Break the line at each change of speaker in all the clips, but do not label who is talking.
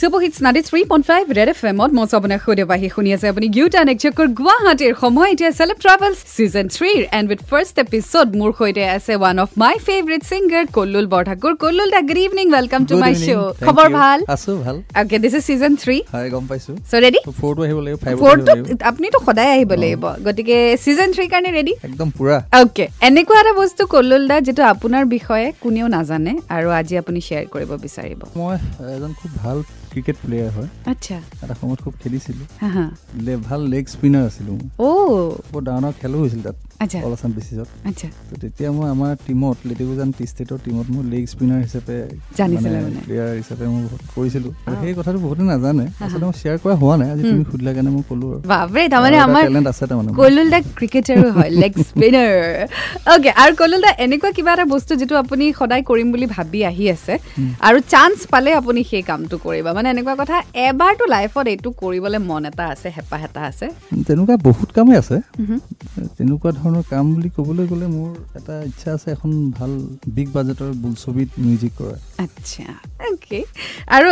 Super hits ninety three point five red F এমত মই আপোনাৰ সৈতে শুনি আছে আপুনি গিউটান একচেকৰ গুৱাহাটীৰ সময় এতিয়া চেলেব ট্ৰাভেলছ ছিজন থ্ৰীৰ এণ্ড উইথ ফাৰ্ষ্ট এপিছ'ড মোৰ সৈতে আছে one of my favourite singer Kallol Borthakur Kallol da good evening welcome to my show' খবৰ ভাল
আছো ভাল
okay this is season three
হয় গম পাইছো
চ' ৰেডি
ফ'ৰটো আহিব লাগিব ফাইভটো আহিব
ফ'ৰটো
লাগিব।
আপুনিতো সদায় আহিব লাগিব গতিকে ছিজন থ্ৰীৰ কাৰণে ৰেডি
একদম পুৰা
অ'কে এনেকুৱা এটা বস্তু কল্লুল দা যিটো আপোনাৰ বিষয়ে কোনেও নাজানে আৰু আজি আপুনি শ্বেয়াৰ কৰিব বিচাৰিব
মই এজন খুব ভাল ক্ৰিকেট প্লেয়াৰ হয়
আচ্ছা
এটা সময়ত খুব খেলিছিলোঁ
হা হা
লে- ভাল লেগ স্পিনাৰ আছিলোঁ মই
অ'
বৰ ডাঙৰ ডাঙৰ খেলো হৈছিল তাত
আচ্ছা
অল আছাম বেচিছত
আচ্ছা
তো তেতিয়া মই আমাৰ টিমত লেটেকুজান টি ষ্টেটৰ টিমত মই লেগ স্পিনাৰ হিচাপে
জানিছিলে মানে।
প্লেয়াৰ হিচাপে মই বহুত কৰিছিলোঁ আৰু সেই কথাটো বহুতে নাজানে আচলতে মই শ্বেয়াৰ কৰা হোৱা নাই আজি তুমি সুধিলা কাৰণে মই ক'লো আৰু
বাপৰে তাৰমানে
আৰু এটা
আমাৰ
talent আছে তাৰমানে মোৰ।
কলুল দা ক্ৰিকেটাৰো হয় লেগ স্পিনাৰ অ'কে আৰু কলুল দা এনেকুৱা কিবা এটা বস্তু যিটো আপুনি সদায় কৰিম বুলি ভাবি আহি আছে আৰু চান্স পালে আপুনি সেই কামটো কৰিব মানে এনেকুৱা কথা এবাৰতো লাইফত এইটো কৰিবলৈ মন এটা আছে হেঁপাহ এটা আছে
তেনেকুৱা বহুত কামেই আছে তেনেকুৱা ধৰণৰ কাম বুলি ক'বলৈ গ'লে মোৰ এটা ইচ্ছা আছে এখন ভাল বিগ বাজেটৰ বোলছবিত মিউজিক কৰা
আচ্ছা অ'কে আৰু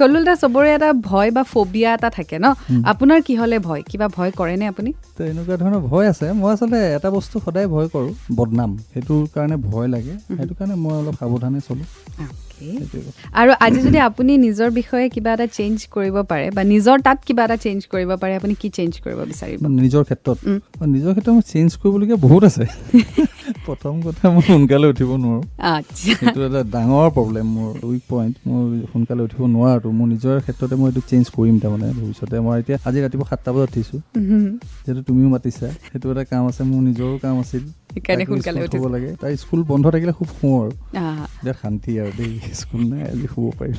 কলুল দা চবৰে এটা ভয় বা ফবিয়া এটা থাকে ন আপোনাৰ কিহলে ভয় কিবা ভয় কৰেনে আপুনি
তো এনেকুৱা ধৰণৰ ভয় আছে মই আচলতে এটা বস্তু সদায় ভয় কৰোঁ বদনাম সেইটোৰ কাৰণে ভয় লাগে সেইটো কাৰণে মই অলপ সাৱধানে চলোঁ
অ'কে
সেইটোৱে কথা।
আৰু আজি যদি আপুনি নিজৰ বিষয়ে কিবা এটা চেঞ্জ কৰিব পাৰে বা নিজৰ তাত কিবা এটা চেঞ্জ কৰিব পাৰে আপুনি কি চেঞ্জ কৰিব বিচাৰিব
নিজৰ ক্ষেত্ৰত মই নিজৰ ক্ষেত্ৰত মই চেঞ্জ কৰিবলগীয়া বহুত আছে প্ৰথম কথা মই সোনকালে উঠিব নোৱাৰোঁ
আচ্ছা
সেইটো এটা ডাঙৰ প্ৰব্লেম মোৰ উইক পইণ্ট মই সোনকালে উঠিব নোৱাৰোঁ মোৰ নিজৰ ক্ষেত্ৰতে মই এইটো চেঞ্জ কৰিম তাৰমানে ভৱিষ্যতে মই এতিয়া আজি ৰাতিপুৱা সাতটা বজাত উঠিছোঁ
উহুম।
যিহেতু তুমিও মাতিছা সেইটো এটা কাম আছে মোৰ নিজৰো কাম আছিল
সেইকাৰণে
তাকো
সোনকালে
স্কুল থ'ব
উঠিছা।
লাগে তাৰ স্কুল বন্ধ থাকিলে খুব শুওঁ আৰু
আহ,
বিৰাট শান্তি আৰু দেই স্কুল নাই আজি শুব পাৰিম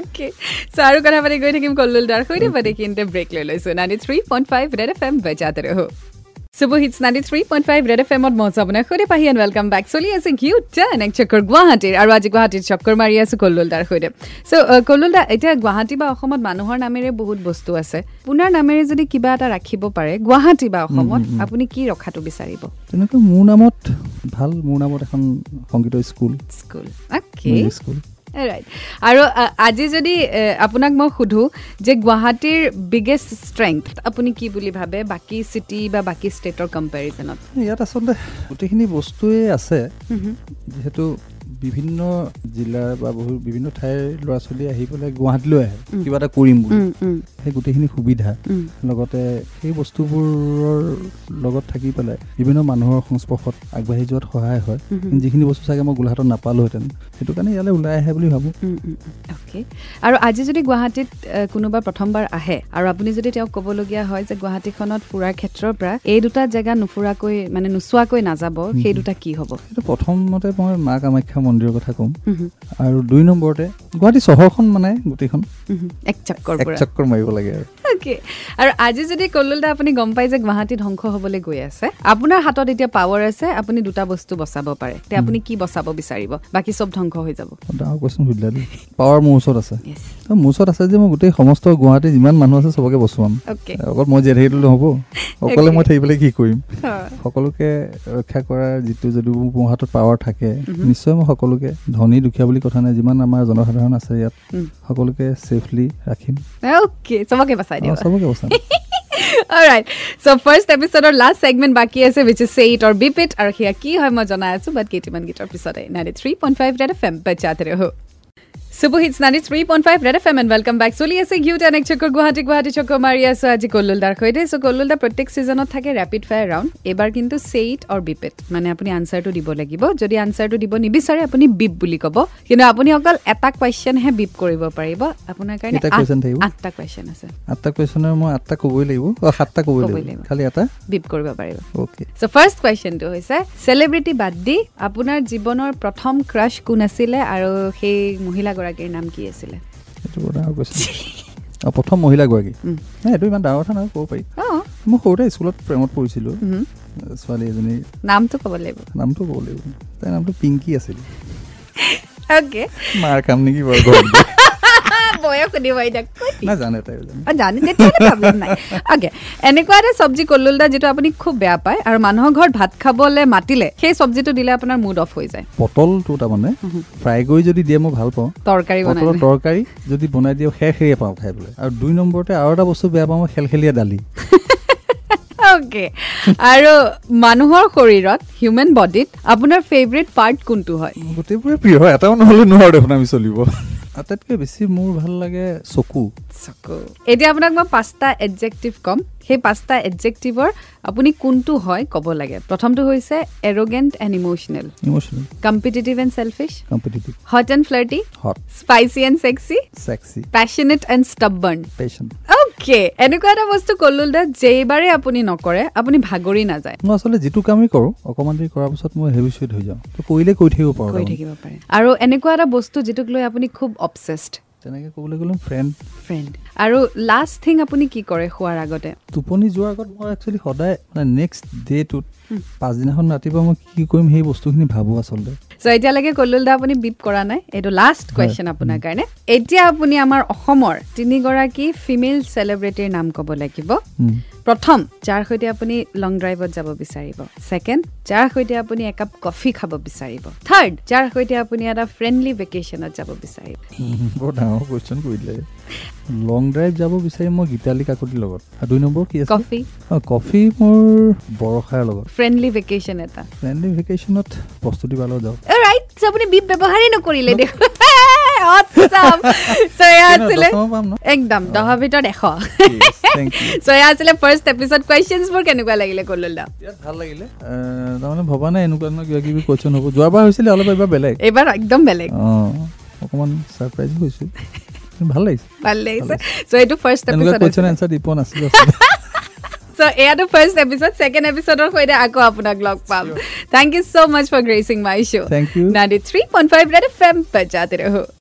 okay. So, আৰু কথা পাতি গৈ থাকিম কল্লুল দাৰ সৈতে পাতি কিন্তু ব্ৰেক লৈ লৈছো ninety three point five red F M বেজাতে ৰহ চুব hits ninety three point five red F এমত মজা আপোনাৰ সৈতে পাহি এণ্ড ৱেলকাম বেক চলি আছে ঘিউ টান এক চক্কৰ গুৱাহাটীৰ আৰু আজি গুৱাহাটীত চক্কৰ মাৰি আছো কল্লুল দাৰ সৈতে চ' কল্লুল দা এতিয়া গুৱাহাটী বা অসমত মানুহৰ নামেৰে বহুত বস্তু আছে আপোনাৰ নামেৰে যদি কিবা এটা ৰাখিব পাৰে গুৱাহাটী বা অসমত আপুনি কি ৰখাটো বিচাৰিব
তেনেকৈ মোৰ নামত ভাল মোৰ নামত এখন সংগীতৰ school
school okay
music school
Alright. আৰু আ, আজি যদি এ, আপোনাক মই সোধোঁ যে গুৱাহাটীৰ বিগেষ্ট ষ্ট্ৰেংথ আপুনি কি বুলি ভাবে বাকী চিটি বা বাকী ষ্টেটৰ কম্পেৰিজনত
ইয়াত আচলতে গোটেইখিনি বস্তুৱেই আছে যিহেতু বিভিন্ন জিলাৰ বা বহু বিভিন্ন ঠাইৰ ল'ৰা ছোৱালী আহি পেলাই গুৱাহাটীলৈ আহে কিবা এটা কৰিম বুলি সেই গোটেইখিনি সুবিধা লগতে সেই বস্তুবোৰৰ লগত থাকি পেলাই বিভিন্ন মানুহৰ সংস্পৰ্শত আগবাঢ়ি যোৱাত সহায় হয় যিখিনি বস্তু চাগে মই গোলাঘাটত নাপালোহেঁতেন সেইটো কাৰণে ইয়ালৈ ওলাই আহে বুলি ভাবোঁ
অ'কে আৰু আজি যদি গুৱাহাটীত এ, কোনোবা প্ৰথমবাৰ আহে আৰু আপুনি যদি তেওঁক ক'বলগীয়া হয় যে গুৱাহাটীখনত ফুৰাৰ ক্ষেত্ৰৰ পৰা এই দুটা জেগা নুফুৰাকৈ মানে নোচোৱাকৈ নাযাব সেই দুটা কি হ'ব
সেইটো প্ৰথমতে মই মা কামাখ্যা মন্দিৰৰ কথা ক'ম আৰু দুই নম্বৰতে গুৱাহাটী চহৰখন মানে গোটেইখন
এক চক্কৰ
এক
পৰা
চক্কৰ মাৰিব লাগে আৰু
অ'কে আৰু আজি যদি কল্লুল দা আপুনি গম পাই যে গুৱাহাটী ধ্বংস হ'বলৈ গৈ আছে আপোনাৰ হাতত এতিয়া পাৱাৰ আছে আপুনি দুটা বস্তু বচাব পাৰে তে আপুনি কি বচাব বিচাৰিব বাকী চব ধ্বংস হৈ যাব
ডাঙৰ কুৱেশ্যন সুধিলা দেই পাৱাৰ মোৰ ওচৰত আছে
Yes.
তো মোৰ ওচৰত আছে যে মই গোটেই সমস্ত গুৱাহাটীৰ যিমান মানুহ আছে চবকে বচোৱাম
অ'কে
অকল মই জীয়াই থাকিলেতো নহ'ব অকলে মই থাকি পেলাই কি কৰিম
অ,
সকলোকে ৰক্ষা কৰাৰ যিটো যদি মোৰ মোৰ হাতত পাৱাৰ থাকে নিশ্চয় মই সকলোকে ধনী দুখীয়া বুলি কথা নাই যিমান আমাৰ জনসাধাৰণ আছে ইয়াত
উম।
সকলোকে ছেফলি ৰাখিম
অ'কে চবকে বচাই দিব
আৰু চবকে বচাম
অলৰাইট চ' ফাৰ্ষ্ট এপিছ'ডৰ লাষ্ট ছেগমেণ্ট বাকী আছে which is say it or repeat আৰু সেয়া কি হয় মই জনাই আছোঁ বাট কেইটামান গীতৰ পিছতে ninety three point five red F M panchayat ৰেহ super hits ninety three point five red F M and welcome back চলি আছে ঘিউ টেন এক চকৰ গুৱাহাটী গুৱাহাটী চকৰ মাৰি আছোঁ আজি কল্লুল দাৰ সৈতে চ' কল্লুল দা প্ৰত্যেক ছিজনত থাকে ৰেপিড ফায়াৰ ৰাউণ্ড এইবাৰ কিন্তু চেইট অৰ বিপেট মানে আপুনি আনচাৰটো দিব লাগিব যদি আনচাৰটো দিব নিবিচাৰে আপুনি বিপ বুলি ক'ব কিন্তু আপুনি অকল এটা কুৱেশ্যনহে বিপ কৰিব পাৰিব আপোনাৰ কাৰণে
কেইটা
আঠ-
question থাকিব?
আঠটা কুৱেশ্যন আছে
আঠটা কুৱেশ্যনৰ মই আঠটা ক'বই লাগিব অ সাতটা ক'বই
ক'বই
লাগিব
লাগিব।
খালি এটা
বিপ কৰিব পাৰিব
অ'কে
চ' ফাৰ্ষ্ট কুৱেশ্যনটো হৈছে চেলিব্ৰিটি বাদ দি আপোনাৰ জীৱনৰ প্ৰথম ক্ৰাছ কোন আছিলে আৰু সেই মহিলাগৰাকীৰ নাম কি আছিলে
এইটো বৰ ডাঙৰ কুৱেশ্যন আৰু প্ৰথম মহিলাগৰাকী নাই এইটো ইমান ডাঙৰ কথা নহয় ক'ব পাৰি
অঁ
মই সৰুতে স্কুলত প্ৰেমত পৰিছিলোঁ
উহু।
ছোৱালী এজনীৰ
নামটো ক'ব লাগিব
নামটো ক'ব লাগিব তাইৰ নামটো পিংকি আছিল
অ'কে
মাৰ কাম নেকি বাৰু ঘৰত গৈ।
বয়স সুধিব এতিয়া কৈ
নাজানে তাই জানে
অ, জানে তেতিয়াহ'লে প্ৰব্লেম নাই অ'কে এনেকুৱা এটা চব্জি কল্লুল দা যিটো আপুনি খুব বেয়া পায় আৰু মানুহৰ ঘৰত ভাত খাবলৈ মাতিলে সেই চব্জিটো দিলে আপোনাৰ মুড অফ হৈ যায়
পটলটো তাৰমানে ফ্ৰাই কৰি যদি দিয়ে মই ভাল পাওঁ
তৰকাৰী বনাই
পটলৰ তৰকাৰী যদি বনাই দিয়ে খেৰ খেৰিয়ে পাওঁ খাই পেলাই আৰু দুই নম্বৰতে আৰু এটা বস্তু বেয়া পাওঁ মই খেলখেলীয়া দালি
অ'কে আৰু মানুহৰ শৰীৰত হিউমেন বডিত আপোনাৰ ফেভৰেট পাৰ্ট কোনটো হয়
গোটেইবোৰে প্ৰিয় এটাও নহ'লে নোৱাৰোঁ দেখোন আমি চলিব আটাইতকৈ বেছি মোৰ ভাল লাগে চকু
চকু এতিয়া আপোনাক মই পাঁচটা এডজেক্টিভ ক'ম সেই পাঁচটা এডজেক্টিভৰ আপুনি কোনটো হয় ক'ব লাগে প্ৰথমটো হৈছে arrogant and emotional
emotional
competitive and selfish
competitive
hot and flirty
hot
spicy and sexy
sexy
passionate and stubborn
passion
okay এনেকুৱা এটা বস্তু কল্লুল দা যেইবাৰে আপুনি নকৰে আপুনি ভাগৰি নাযায়
মই আচলতে যিটো কামেই কৰোঁ অকণমান দেৰি কৰাৰ পিছত মই হেবিচুৱেট হৈ যাওঁ তো কৰিলে কৰি থাকিব পাৰোঁ
কৰি
তাৰমানে।
থাকিব পাৰে আৰু এনেকুৱা এটা বস্তু যিটোক লৈ আপুনি খুব অবচেষ্ট
তেনেকৈ ক'বলৈ গ'লে ফ্ৰেণ্ড
ফ্ৰেণ্ড আৰু লাষ্ট থিং আপুনি কি কৰে শোৱাৰ আগতে
টোপনি যোৱাৰ আগত মই একচুৱেলি সদায় মানে নেক্সট ডে'টোত পাছদিনাখন ৰাতিপুৱা মই কি কৰিম সেই বস্তুখিনি ভাবোঁ আচলতে
চ' এতিয়ালৈকে কল্লুল দা আপুনি বিপ কৰা নাই এইটো লাষ্ট কুৱেশ্যন আপোনাৰ কাৰণে এতিয়া আপুনি আমাৰ অসমৰ তিনিগৰাকী ফিমেল চেলিব্ৰিটিৰ নাম ক'ব লাগিব
উম।
প্ৰথম যাৰ সৈতে আপুনি লং ড্ৰাইভত যাব বিচাৰিব ছেকেণ্ড যাৰ সৈতে আপুনি একাপ কফি খাব বিচাৰিব থাৰ্ড যাৰ সৈতে আপুনি এটা ফ্ৰেণ্ডলি ভেকেশ্যনত যাব বিচাৰিব
বৰ ডাঙৰ কুৱেশ্যন কৰি দিলে লং ড্ৰাইভ যাব বিচাৰিম মই গীতালি কাকতিৰ লগত আৰু দুই নম্বৰ কি আছে
কফি
অঁ, কফি মোৰ বৰষাৰ লগত
ফ্ৰেণ্ডলি ভেকেশ্যন এটা
ফ্ৰেণ্ডলি ভেকেশ্যনত প্ৰস্তুতি পালেও যাওক
ৰাইট আপুনি বিপ ব্যৱহাৰেই নকৰিলে দেখোন Awesome! So, এয়া আছিলে
দশমা পাম ন
একদম দহৰ ভিতৰত এশ
থেংক ইউ
চ' এয়া আছিলে ফাৰ্ষ্ট এপিছড কুৱেশ্যনছবোৰ কেনেকুৱা লাগিলে কল্লুল দা
বিৰাট ভাল লাগিলে আহ, তাৰমানে ভবা নাই এনেকুৱা ধৰণৰ কিবা কিবি কুৱেশ্যন হ'ব যোৱাবাৰ হৈছিলে অলপ এবাৰ বেলেগ
এইবাৰ একদম বেলেগ
অঁ অকণমান ছাৰপ্ৰাইজ হৈছোঁ ভাল লাগিছে
ভাল লাগিছে চ' এইটো ফাৰ্ষ্ট
তেনেকুৱা
এপিছড
কুৱেশ্যন এনচাৰ দিব নাছিলে আচলতে।
চ' এয়াটো ফাৰ্ষ্ট এপিছড ছেকেণ্ড এপিছডৰ সৈতে আকৌ আপোনাক লগ পাম thank you so' much for gracing my show'
Thank you.
Ninety three point five red F M